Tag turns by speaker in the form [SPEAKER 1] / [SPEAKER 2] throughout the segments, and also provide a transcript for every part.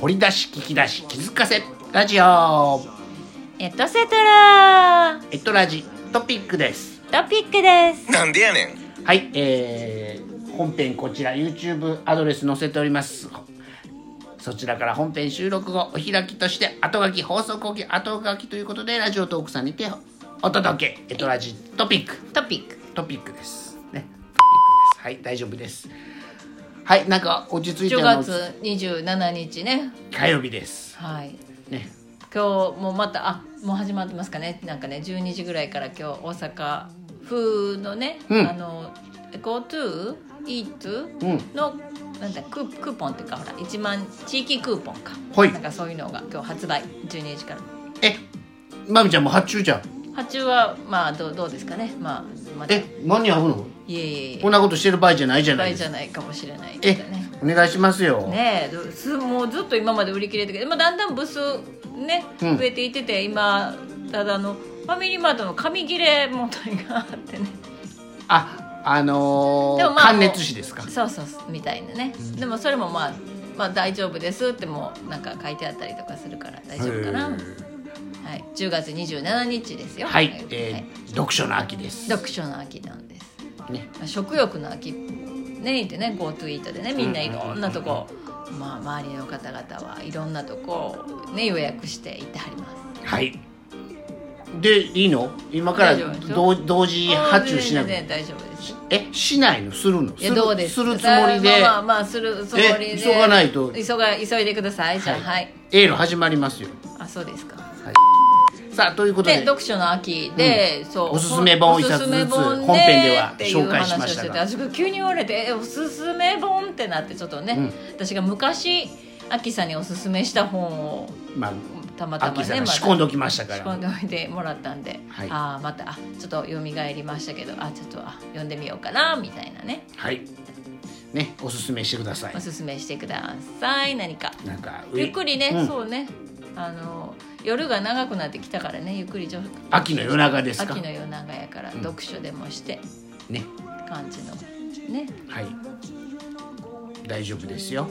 [SPEAKER 1] 掘り出し聞き出し気づかせラジオ
[SPEAKER 2] エトセトラ
[SPEAKER 1] エトラジトピックです
[SPEAKER 2] トピックです
[SPEAKER 3] なんでやねん
[SPEAKER 1] はいえー、本編こちら YouTube アドレス載せておりますそちらから本編収録後お開きとして後書き放送後期後書きということでラジオトークさんにてお届けエトラジトピック
[SPEAKER 2] トピック
[SPEAKER 1] トピックですねトピックですはい大丈夫ですはいなんか落ち着いて
[SPEAKER 2] 10月27日ね
[SPEAKER 1] 火曜日です
[SPEAKER 2] はい
[SPEAKER 1] ね
[SPEAKER 2] 今日もまたあもう始まってますかねなんかね12時ぐらいから今日大阪風のね、
[SPEAKER 1] うん
[SPEAKER 2] あの GoTo イー
[SPEAKER 1] う
[SPEAKER 2] ト
[SPEAKER 1] ん
[SPEAKER 2] のなんだクークーポンっていうかほら1万地域クーポンか、
[SPEAKER 1] はい
[SPEAKER 2] なんかそういうのが今日発売12時から
[SPEAKER 1] えまみちゃんも発注じゃん
[SPEAKER 2] 発注はまあどうどうですかねまあまたい
[SPEAKER 1] え間に合うの
[SPEAKER 2] えいえいえ
[SPEAKER 1] こんなことしてる場合じゃないじゃ
[SPEAKER 2] 失
[SPEAKER 1] ない
[SPEAKER 2] 敗
[SPEAKER 1] で
[SPEAKER 2] じ
[SPEAKER 1] す
[SPEAKER 2] ゃ
[SPEAKER 1] か
[SPEAKER 2] ないかもしれないけ
[SPEAKER 1] え
[SPEAKER 2] どね
[SPEAKER 1] お願いしますよ、
[SPEAKER 2] ねえどすもうずっと今まで売り切れてけど、まあ、だんだん部数ね
[SPEAKER 1] うん
[SPEAKER 2] 増えていってて、今ただあのファミリーマートの紙切れ問題があっ てね
[SPEAKER 1] ああの
[SPEAKER 2] で
[SPEAKER 1] ー
[SPEAKER 2] もまあ
[SPEAKER 1] 関熱紙ですか
[SPEAKER 2] そうそうそうみたいなね、でもそれもまあまあ大丈夫ですってもうなんか書いてあったりとかするから大丈夫かな、は
[SPEAKER 1] へ
[SPEAKER 2] い、10月27日ですよ
[SPEAKER 1] ーは、
[SPEAKER 2] はい
[SPEAKER 1] えー
[SPEAKER 2] はい
[SPEAKER 1] 読書の秋です
[SPEAKER 2] 読書の秋なんです
[SPEAKER 1] ね
[SPEAKER 2] 食欲の秋ねいてね GoTo イートでねみんないろんなとこ、まあ、周りの方々はいろんなとこを、ね、予約して行ってはります
[SPEAKER 1] はいでいいの今から
[SPEAKER 2] 大丈夫ですよ
[SPEAKER 1] 同同時発注しなく
[SPEAKER 2] 全
[SPEAKER 1] て
[SPEAKER 2] 然大丈夫です
[SPEAKER 1] えしないのするの
[SPEAKER 2] い
[SPEAKER 1] す
[SPEAKER 2] や
[SPEAKER 1] る
[SPEAKER 2] どうです
[SPEAKER 1] するつもりで、
[SPEAKER 2] まあまあ、まあ、するつもりで
[SPEAKER 1] え急がないと
[SPEAKER 2] 急が急いでくださいじゃあ
[SPEAKER 1] は
[SPEAKER 2] はいい、
[SPEAKER 1] エール始まりますよ
[SPEAKER 2] あそうですか
[SPEAKER 1] さあということ
[SPEAKER 2] で
[SPEAKER 1] で
[SPEAKER 2] 読書の秋で、そう
[SPEAKER 1] おすすめ本を一冊ずつ
[SPEAKER 2] おすすめ本
[SPEAKER 1] 本編では
[SPEAKER 2] っていう
[SPEAKER 1] 紹介しましたが
[SPEAKER 2] 話をしてて私急に言われてえ「おすすめ本」ってなってちょっとね、私が昔アキさんにおすすめした本を
[SPEAKER 1] ま
[SPEAKER 2] たま
[SPEAKER 1] あ
[SPEAKER 2] た
[SPEAKER 1] 秋
[SPEAKER 2] ま
[SPEAKER 1] さ
[SPEAKER 2] ね
[SPEAKER 1] ん
[SPEAKER 2] ま
[SPEAKER 1] が
[SPEAKER 2] た
[SPEAKER 1] 仕込んでおきましたか
[SPEAKER 2] 仕込
[SPEAKER 1] ら
[SPEAKER 2] んでおいてもらったんで、
[SPEAKER 1] はい
[SPEAKER 2] ああまたあちょっとよみがえりましたけどあちょっとあ読んでみようかなみたいなね
[SPEAKER 1] はいねおすすめしてください
[SPEAKER 2] おすすめしてください何か
[SPEAKER 1] なんか
[SPEAKER 2] ゆっくりね、
[SPEAKER 1] うん
[SPEAKER 2] そうねあの夜が長くなってきたからねゆっくりちょ
[SPEAKER 1] 秋の夜長ですか
[SPEAKER 2] 秋の夜長やから読書でもして、
[SPEAKER 1] ね
[SPEAKER 2] 感じのね
[SPEAKER 1] はい大丈夫ですよ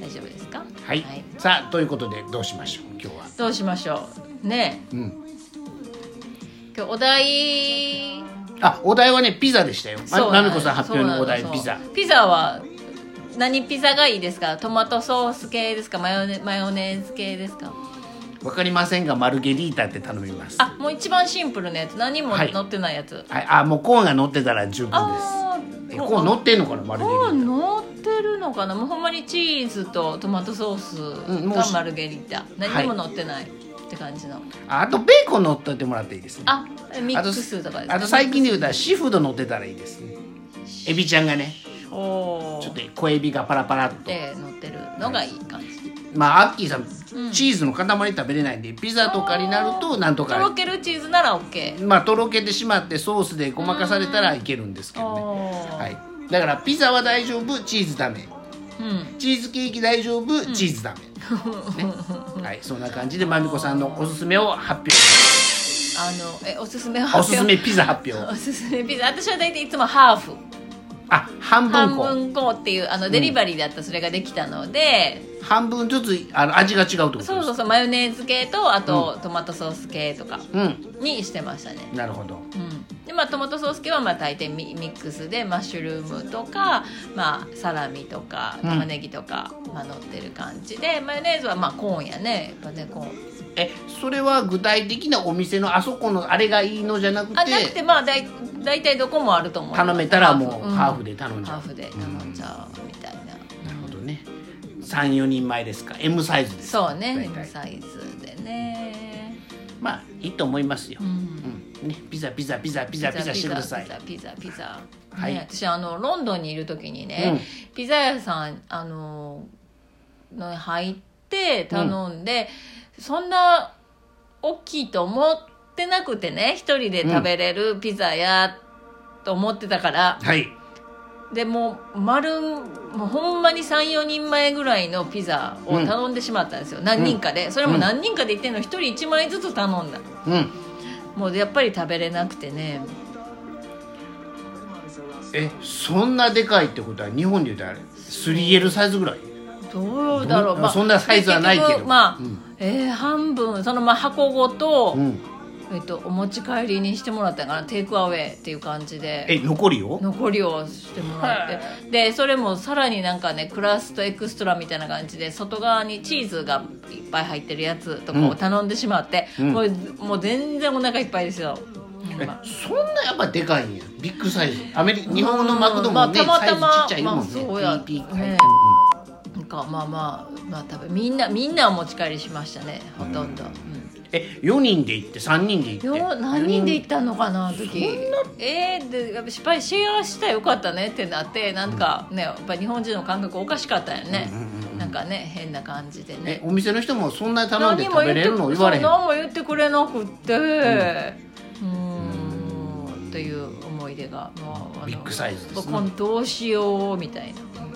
[SPEAKER 2] 大丈夫ですか
[SPEAKER 1] はい、さあということでどうしましょう今日は
[SPEAKER 2] どうしましょうねえ
[SPEAKER 1] うん
[SPEAKER 2] 今日お題
[SPEAKER 1] あお題はねピザでしたよ
[SPEAKER 2] そう
[SPEAKER 1] ま
[SPEAKER 2] なの
[SPEAKER 1] みこさん発表のお題
[SPEAKER 2] そうな
[SPEAKER 1] ピザ
[SPEAKER 2] そうピザは何ピザがいいですかトマトソース系ですかマヨネマヨネーズ系ですか
[SPEAKER 1] わかりませんがマルゲリータって頼みます
[SPEAKER 2] あもう一番シンプルなやつ何も
[SPEAKER 1] はい
[SPEAKER 2] 乗ってないやつ、
[SPEAKER 1] はいあもうコーンが乗ってたら十分です
[SPEAKER 2] あ
[SPEAKER 1] え
[SPEAKER 2] ー
[SPEAKER 1] コーン乗ってんのかなマルゲリ
[SPEAKER 2] コーン
[SPEAKER 1] ー
[SPEAKER 2] 乗ってるのかなもうほんまにチーズとトマトソース
[SPEAKER 1] んもう
[SPEAKER 2] が
[SPEAKER 1] し
[SPEAKER 2] マルゲリータ、何にも乗ってないって感じの、
[SPEAKER 1] タああとベーコン乗っててもらっていいですね
[SPEAKER 2] あミッ
[SPEAKER 1] あと
[SPEAKER 2] クスとかですか
[SPEAKER 1] あと最近で言うたらシーフード乗ってたらいいですねエビちゃんがね
[SPEAKER 2] お
[SPEAKER 1] ちょっ
[SPEAKER 2] ー
[SPEAKER 1] と小エビがパラパラっと
[SPEAKER 2] で乗ってるのがいい感じ、
[SPEAKER 1] まあアッキーさん、チーズの塊食べれないんでピザとかになるとなんと
[SPEAKER 2] とろ
[SPEAKER 1] か
[SPEAKER 2] けるチーズなら OK
[SPEAKER 1] まあとろけてしまってソースでごまかされたらいけるんですけどね、
[SPEAKER 2] おー
[SPEAKER 1] はい、だからピザは大丈夫チーズダメ
[SPEAKER 2] うん
[SPEAKER 1] チーズケーキ大丈夫チーズダメ、ね、はいそんな感じでまみこさんのおすすめを発表
[SPEAKER 2] あのえおすすめは
[SPEAKER 1] おすすめピザ発
[SPEAKER 2] お
[SPEAKER 1] 表
[SPEAKER 2] すすめピザ私は大体いつもハーフ
[SPEAKER 1] あ半分
[SPEAKER 2] 半
[SPEAKER 1] こ
[SPEAKER 2] 分こうっていうあのデリバリーだったらそれができたので、
[SPEAKER 1] 半分ずつあの味が違うってことです
[SPEAKER 2] そうそうそうマヨネーズ系とあとトマトソース系とか
[SPEAKER 1] うん
[SPEAKER 2] にしてましたね、
[SPEAKER 1] なるほど
[SPEAKER 2] うん、でまあトマトソース系はまあ大抵ミミックスでマッシュルームとか、まあ、サラミとか
[SPEAKER 1] うん
[SPEAKER 2] 玉ねぎとか、まあ、乗ってる感じでマヨネーズはまあコーンやねやっぱねコーン
[SPEAKER 1] えそれは具体的なお店のあそこのあれがいいのじゃなく
[SPEAKER 2] あなくて
[SPEAKER 1] て
[SPEAKER 2] まあだい大体どこもあると思う
[SPEAKER 1] 頼めたらもうハー
[SPEAKER 2] で
[SPEAKER 1] フで頼んじゃ
[SPEAKER 2] ハ
[SPEAKER 1] う
[SPEAKER 2] ーフで頼んじゃうみたいな、
[SPEAKER 1] なるほどね34人前ですか M サイズです
[SPEAKER 2] そうね
[SPEAKER 1] 大
[SPEAKER 2] M
[SPEAKER 1] 体
[SPEAKER 2] サイズでね、
[SPEAKER 1] まあいいと思いますよ、
[SPEAKER 2] う
[SPEAKER 1] うん
[SPEAKER 2] ん、
[SPEAKER 1] ね、ピザピザピザピザピザしてください
[SPEAKER 2] ピザピザピザピザ
[SPEAKER 1] はい
[SPEAKER 2] ね、私あのロンドンにいる時にね、ピザ屋さんあのの入って頼んで、そんな大きいと思ってなくてね一人で食べれるピザやと思ってたから、
[SPEAKER 1] はい
[SPEAKER 2] でもう丸もうほんまに34人前ぐらいのピザを頼んでしまったんですよ、何人かでそれも何人かで行ってんの1人1枚ずつ頼んだ
[SPEAKER 1] うん
[SPEAKER 2] もうやっぱり食べれなくてね
[SPEAKER 1] えそんなでかいってことは日本で言うとあれ 3L サイズぐらい
[SPEAKER 2] どうだろう、
[SPEAKER 1] どんそんなサイズはないけど
[SPEAKER 2] 結局まあ、
[SPEAKER 1] うん
[SPEAKER 2] えー半分そのまあ箱ごと、
[SPEAKER 1] うん、
[SPEAKER 2] えっと、お持ち帰りにしてもらったかなテイクアウェイっていう感じで
[SPEAKER 1] え残りよ
[SPEAKER 2] 残りをしてもらってでそれもさらになんかねクラスとエクストラみたいな感じで外側にチーズがいっぱい入ってるやつとかを頼んでしまって、
[SPEAKER 1] うん
[SPEAKER 2] もうもう全然お腹いっぱいですよ、ほ
[SPEAKER 1] え
[SPEAKER 2] んま
[SPEAKER 1] そんなやっぱでかいんやビッグサイズアメリ日本のマクドもね、
[SPEAKER 2] うんまあたまたま
[SPEAKER 1] サイズちっちゃいもんね、
[SPEAKER 2] まあそうや
[SPEAKER 1] ピーピー
[SPEAKER 2] ねなんかまあまあまあ多分みんなみんなお持ち帰りしましたねほとんど、うん
[SPEAKER 1] え4人で行って3人で行って
[SPEAKER 2] よ何人で行
[SPEAKER 1] っ
[SPEAKER 2] ったのかなあの時えー、でやっぱ失敗シェアしたらよかったねってなってなんかねやっぱ日本人の感覚おかしかったよね、なんかね変な感じで
[SPEAKER 1] え
[SPEAKER 2] ね
[SPEAKER 1] お店の人もそんなに頼んで食べれるの
[SPEAKER 2] 何も言
[SPEAKER 1] 言
[SPEAKER 2] って
[SPEAKER 1] われへん
[SPEAKER 2] 何も言ってくれなくってうんんという思い出がもうあの
[SPEAKER 1] ビッグサイズですね
[SPEAKER 2] もうこのどうしようみたいな、うん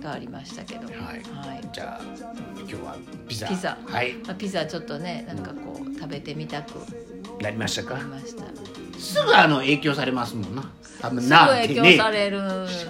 [SPEAKER 2] がありましたけど
[SPEAKER 1] はい
[SPEAKER 2] はい
[SPEAKER 1] じゃあ今日はピザ
[SPEAKER 2] ピザ
[SPEAKER 1] はい
[SPEAKER 2] まあ、ピザちょっとねなんかこう食べてみたく
[SPEAKER 1] なりました
[SPEAKER 2] なり
[SPEAKER 1] か
[SPEAKER 2] ました
[SPEAKER 1] すぐあの影響されますもんな多分
[SPEAKER 2] すぐ
[SPEAKER 1] な
[SPEAKER 2] 影響される、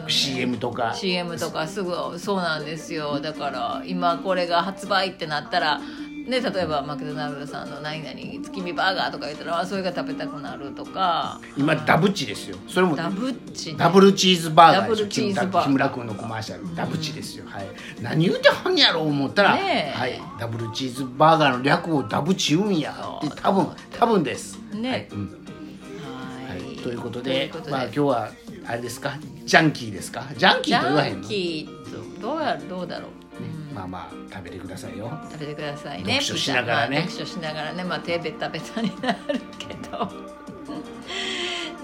[SPEAKER 1] CM とか
[SPEAKER 2] CM とかすぐそうなんですよだから今これが発売ってなったらね、例えばマクドナルドさんの「何々月見バーガー」とか言ったらあそれが食べたくなるとか
[SPEAKER 1] 今ダブチですよそれも
[SPEAKER 2] ダブッチね
[SPEAKER 1] ダブルチーズバーガーですよ
[SPEAKER 2] ダブルチーズバーガー
[SPEAKER 1] 木村君のコマーシャルダブチですよ、はい、何言うてはんねやろう思ったら、
[SPEAKER 2] ねえ
[SPEAKER 1] はい、ダブルチーズバーガーの略をダブチ言うんやって多分多分です、
[SPEAKER 2] ね
[SPEAKER 1] はいうんは
[SPEAKER 2] はいい、
[SPEAKER 1] ということで
[SPEAKER 2] ということ
[SPEAKER 1] まあ、今日はあれですかジャンキーですかジャンキ
[SPEAKER 2] ジ
[SPEAKER 1] ーと言わへ
[SPEAKER 2] ャ
[SPEAKER 1] ん
[SPEAKER 2] ン
[SPEAKER 1] の、
[SPEAKER 2] キーとどうやどうだろう
[SPEAKER 1] まあまあ食べてくださいよ
[SPEAKER 2] 食べてくださいね
[SPEAKER 1] 読書しながらね
[SPEAKER 2] ピザまあ読書しながらねまあ手ベタベタになるけど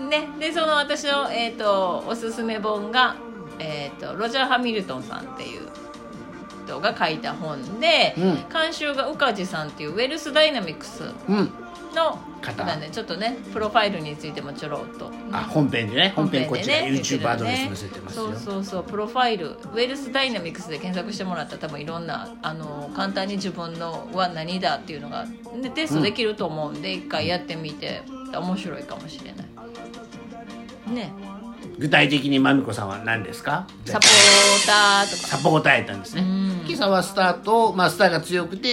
[SPEAKER 2] ねでその私の、えー、とおすすめ本が、えー、とロジャー・ハミルトンさんっていう人が書いた本で、
[SPEAKER 1] うん
[SPEAKER 2] 監修が宇梶さんっていうウェルス・ダイナミクス
[SPEAKER 1] うん
[SPEAKER 2] の
[SPEAKER 1] 方
[SPEAKER 2] なんでちょっとねプロファイルについてもちょろっと
[SPEAKER 1] あ本編でね本編こちら
[SPEAKER 2] でね
[SPEAKER 1] YouTube アドレス載せてますよ
[SPEAKER 2] そうそうそうプロファイルウェルスダイナミクスで検索してもらったら多分いろんなあの簡単に自分のは何だっていうのがでテストできると思うんで一、回やってみて面白いかもしれないね
[SPEAKER 1] 具体的にまみこさんは何ですか
[SPEAKER 2] サポーターとか
[SPEAKER 1] サポーターやったんですね今朝はスターと、まあ、スターが強くて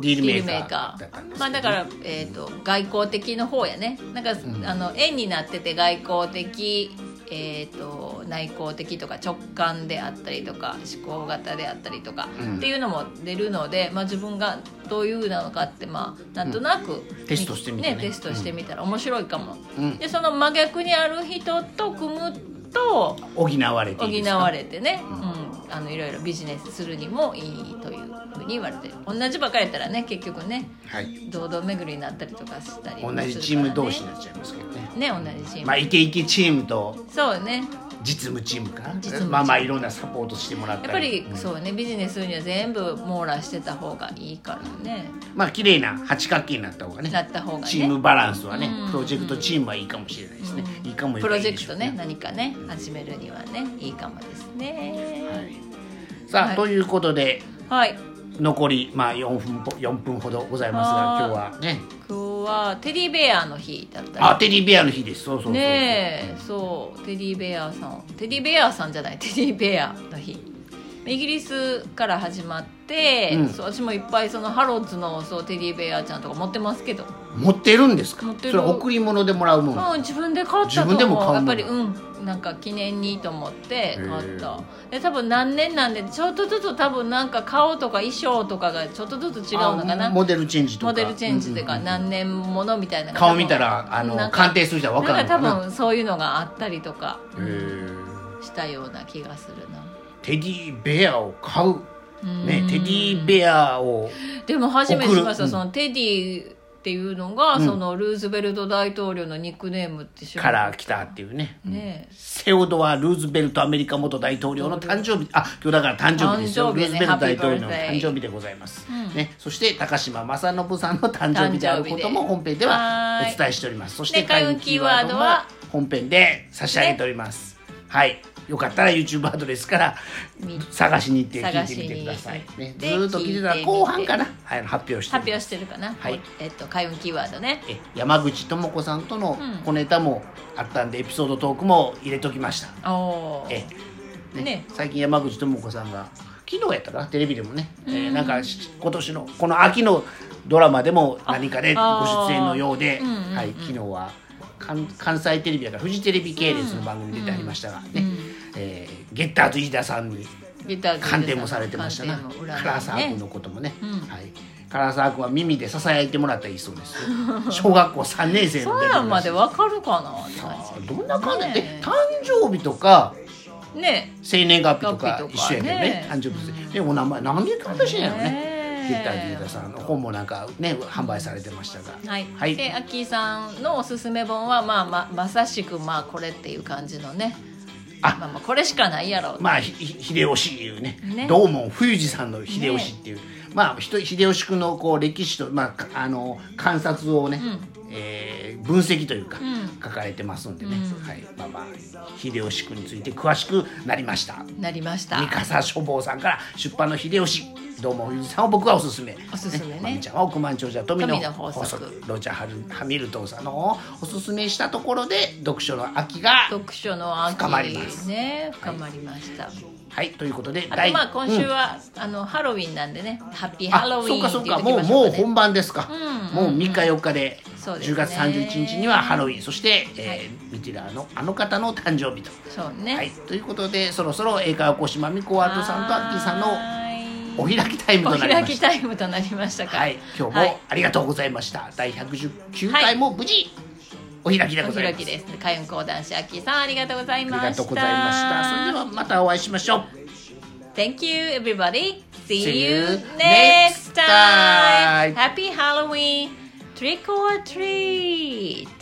[SPEAKER 1] ディールメ
[SPEAKER 2] ビール
[SPEAKER 1] ー
[SPEAKER 2] メー
[SPEAKER 1] カ
[SPEAKER 2] カ
[SPEAKER 1] ーだったんで
[SPEAKER 2] ー
[SPEAKER 1] す
[SPEAKER 2] まあだから、えー、と外交的の方やねなんか、あの円になってて外交的、えー、と内向的とか直感であったりとか思考型であったりとか、
[SPEAKER 1] うん
[SPEAKER 2] っていうのも出るので、まあ、自分がどういうなのかって、まあ、なんとなく、
[SPEAKER 1] テストしてみてね
[SPEAKER 2] テストしてみたら面白いかも、
[SPEAKER 1] うん
[SPEAKER 2] でその真逆にある人と組むと
[SPEAKER 1] 補われて
[SPEAKER 2] 補
[SPEAKER 1] いいですか
[SPEAKER 2] われてね、うん、あのいろいろビジネスするにもいいというふうに言われてる同じばっかりやったらね結局ね
[SPEAKER 1] はい
[SPEAKER 2] 堂々巡りになったりとかしたりもするから
[SPEAKER 1] 同
[SPEAKER 2] ね、
[SPEAKER 1] じチーム同士になっちゃいますけどね
[SPEAKER 2] ね同じチーム、
[SPEAKER 1] まあイケイケチームと
[SPEAKER 2] そうね
[SPEAKER 1] 実務チームかな
[SPEAKER 2] 実務チーム
[SPEAKER 1] まあまあいろんなサポートしてもらったり
[SPEAKER 2] やっぱり
[SPEAKER 1] うん
[SPEAKER 2] そうねビジネスするには全部網羅してた方がいいからね
[SPEAKER 1] まあ綺麗な八角形になった方がね
[SPEAKER 2] なった方がね
[SPEAKER 1] チームバランスはね
[SPEAKER 2] うん
[SPEAKER 1] プロジェクトチームはいいかもしれないですねいいかもいい
[SPEAKER 2] プ
[SPEAKER 1] か
[SPEAKER 2] ロ
[SPEAKER 1] いい
[SPEAKER 2] ジェ
[SPEAKER 1] で
[SPEAKER 2] ク
[SPEAKER 1] しょ
[SPEAKER 2] ト
[SPEAKER 1] う
[SPEAKER 2] ね何かね始めるにはねいいかもです
[SPEAKER 1] は
[SPEAKER 2] ね
[SPEAKER 1] いさあ、
[SPEAKER 2] はい
[SPEAKER 1] ということで
[SPEAKER 2] はい、
[SPEAKER 1] 残りまあ4分ぽ4分ほどございますが今日はね
[SPEAKER 2] 今日はテディベアの日だったりとか
[SPEAKER 1] あテディベアの日ですそうそうそうそう
[SPEAKER 2] ねえそうテディベアさんテディベアさんじゃないテディベアの日イギリスから始まって、
[SPEAKER 1] うん
[SPEAKER 2] そう私もいっぱいそのハロッズのそうテディベアちゃんとか持ってますけど、
[SPEAKER 1] 持ってるんですか
[SPEAKER 2] 持ってる
[SPEAKER 1] それは贈り物でもらうもの、
[SPEAKER 2] うん、自分で買った
[SPEAKER 1] 自
[SPEAKER 2] と
[SPEAKER 1] 分でも買う
[SPEAKER 2] 思
[SPEAKER 1] の
[SPEAKER 2] うやっぱりうんなんか記念にと思って買っ
[SPEAKER 1] へ
[SPEAKER 2] たで多分何年なんでちょっとずつ多分なんか顔とか衣装とかがちょっとずつ違うのか
[SPEAKER 1] あ
[SPEAKER 2] な
[SPEAKER 1] モデルチェンジとか
[SPEAKER 2] モデルチェンジというか何年ものみたいな
[SPEAKER 1] 顔見たらあの
[SPEAKER 2] なんか
[SPEAKER 1] 鑑定する人は分か
[SPEAKER 2] な
[SPEAKER 1] る
[SPEAKER 2] ん
[SPEAKER 1] のか
[SPEAKER 2] か
[SPEAKER 1] な
[SPEAKER 2] 多分そういうのがあったりとか
[SPEAKER 1] へえ
[SPEAKER 2] したような気がするな
[SPEAKER 1] テディベアを買う
[SPEAKER 2] うん
[SPEAKER 1] ねテディベアを
[SPEAKER 2] でも初めて知りました、
[SPEAKER 1] 送るうん
[SPEAKER 2] そのテディっていうのが、
[SPEAKER 1] うん
[SPEAKER 2] そのルーズベルト大統領のニックネームって知ら
[SPEAKER 1] か
[SPEAKER 2] な
[SPEAKER 1] ら来たっていうね
[SPEAKER 2] ねえ
[SPEAKER 1] セオドア・ルーズベルトアメリカ元大統領の誕生日あ今日だから誕生日ですよ、
[SPEAKER 2] 誕
[SPEAKER 1] ルー
[SPEAKER 2] 生日
[SPEAKER 1] ズ
[SPEAKER 2] ね
[SPEAKER 1] ベルト大統領の
[SPEAKER 2] Happy
[SPEAKER 1] 誕
[SPEAKER 2] birthday
[SPEAKER 1] 生日でございます、ね、そして高島正信さんの誕生日であることも
[SPEAKER 2] 誕生日で
[SPEAKER 1] 本編ではお伝えしておりますそして
[SPEAKER 2] で開運キーワードは
[SPEAKER 1] 本編で差し上げております、はいよかったら YouTube アドレスから
[SPEAKER 2] み
[SPEAKER 1] 探しに行って聞いてみてください、
[SPEAKER 2] 探しに行
[SPEAKER 1] ね
[SPEAKER 2] っ、
[SPEAKER 1] ず
[SPEAKER 2] て
[SPEAKER 1] ーっと聞いてたら後半かな、はい、発表してお
[SPEAKER 2] 発
[SPEAKER 1] り
[SPEAKER 2] 表
[SPEAKER 1] ます
[SPEAKER 2] してるかな、
[SPEAKER 1] はい
[SPEAKER 2] えっと開運キーワードね
[SPEAKER 1] え山口智子さんとの
[SPEAKER 2] うん
[SPEAKER 1] 小ネタもあったんで、エピソードトークも入れときました
[SPEAKER 2] おお
[SPEAKER 1] え
[SPEAKER 2] ね
[SPEAKER 1] 最近山口智子さんが昨日やったかなテレビでもね、えーなんかし今年のこの秋のドラマでも何かでご
[SPEAKER 2] あー
[SPEAKER 1] 出演のようで、
[SPEAKER 2] うんうんうん
[SPEAKER 1] はい、昨日は関関西テレビだからフジテレビ系列の番組出てありましたがね、えーゲッターズ飯田さんに
[SPEAKER 2] ギター
[SPEAKER 1] 鑑定もされてましたな、
[SPEAKER 2] 鑑定の裏にね
[SPEAKER 1] 唐沢君のこともね、
[SPEAKER 2] うん
[SPEAKER 1] はい唐沢君は耳でささやいてもらったらいいそうですよ小学校3年生の
[SPEAKER 2] そう
[SPEAKER 1] 時
[SPEAKER 2] なんま
[SPEAKER 1] らしい
[SPEAKER 2] でわかるかなって感
[SPEAKER 1] さあ
[SPEAKER 2] じ
[SPEAKER 1] どんな感じで、
[SPEAKER 2] ね
[SPEAKER 1] 誕生日とか
[SPEAKER 2] えね
[SPEAKER 1] 生年月日と
[SPEAKER 2] 月日
[SPEAKER 1] か
[SPEAKER 2] とか
[SPEAKER 1] 一緒やけどね
[SPEAKER 2] ね
[SPEAKER 1] 誕生日です、でお名前何でか私やろね
[SPEAKER 2] ねえ
[SPEAKER 1] ゲッターズ飯田さんの本もなんかね販売されてましたが
[SPEAKER 2] はい、
[SPEAKER 1] はい
[SPEAKER 2] でアッキーさんのおすすめ本は、まあ、ままさしくまあこれっていう感じのね
[SPEAKER 1] あ
[SPEAKER 2] まあ、まあこれしかないやろう、
[SPEAKER 1] まあひひ秀吉いうね
[SPEAKER 2] ね
[SPEAKER 1] 道門冬治さんの秀吉っていう、まあひと秀吉君のこう歴史と、まあか、あの観察をね、えー分析というか、
[SPEAKER 2] ん
[SPEAKER 1] 書かれてますんでね、はいまあまあ秀吉君について詳しくなりました
[SPEAKER 2] なりました
[SPEAKER 1] 三笠書房さんから出版の秀吉どうも藤井さんを僕はおすすめ
[SPEAKER 2] おすすめね
[SPEAKER 1] まみちゃんは億万長者富
[SPEAKER 2] 富
[SPEAKER 1] の
[SPEAKER 2] の法
[SPEAKER 1] 法
[SPEAKER 2] 則
[SPEAKER 1] 則ロジャーハルハミルトンさんの方をおすすめしたところで読書の秋が
[SPEAKER 2] 読書の秋
[SPEAKER 1] 深まります
[SPEAKER 2] ね深まりました、
[SPEAKER 1] はいということで
[SPEAKER 2] あとまあ今週
[SPEAKER 1] うん
[SPEAKER 2] は、あのハロウィンなんでねハッピー
[SPEAKER 1] あ
[SPEAKER 2] ハロウィ
[SPEAKER 1] そう
[SPEAKER 2] ン
[SPEAKER 1] か
[SPEAKER 2] って
[SPEAKER 1] そう
[SPEAKER 2] 言
[SPEAKER 1] か
[SPEAKER 2] ってき
[SPEAKER 1] もう
[SPEAKER 2] ましょ
[SPEAKER 1] も
[SPEAKER 2] う
[SPEAKER 1] う
[SPEAKER 2] かね
[SPEAKER 1] 本番ですか、
[SPEAKER 2] うん
[SPEAKER 1] もう3日4日で
[SPEAKER 2] そうですね
[SPEAKER 1] 10月31日にはハロウィンそして、
[SPEAKER 2] はい
[SPEAKER 1] えーミティラーのあの方の誕生日と、
[SPEAKER 2] そうね、
[SPEAKER 1] はい、ということでそろそろ英会話講師まみこアートさんとアッキーさんのお
[SPEAKER 2] の
[SPEAKER 1] 開きタイムとなりま
[SPEAKER 2] お開
[SPEAKER 1] し
[SPEAKER 2] き
[SPEAKER 1] た
[SPEAKER 2] タイムとなりましたか
[SPEAKER 1] はい、今日
[SPEAKER 2] は
[SPEAKER 1] も
[SPEAKER 2] い
[SPEAKER 1] ありがとうございました。第119
[SPEAKER 2] は
[SPEAKER 1] 回
[SPEAKER 2] い
[SPEAKER 1] も無事お開きでご
[SPEAKER 2] お
[SPEAKER 1] ざい
[SPEAKER 2] 開
[SPEAKER 1] ます。
[SPEAKER 2] きです開運講談師アッキーさんありがとうござい
[SPEAKER 1] あり
[SPEAKER 2] ました
[SPEAKER 1] がとうございました。それではまたお会いしましょう。
[SPEAKER 2] Thank you, everybody. See,
[SPEAKER 1] See
[SPEAKER 2] you
[SPEAKER 1] you
[SPEAKER 2] next
[SPEAKER 1] next time.
[SPEAKER 2] time. Happy Halloween. Trick or treat.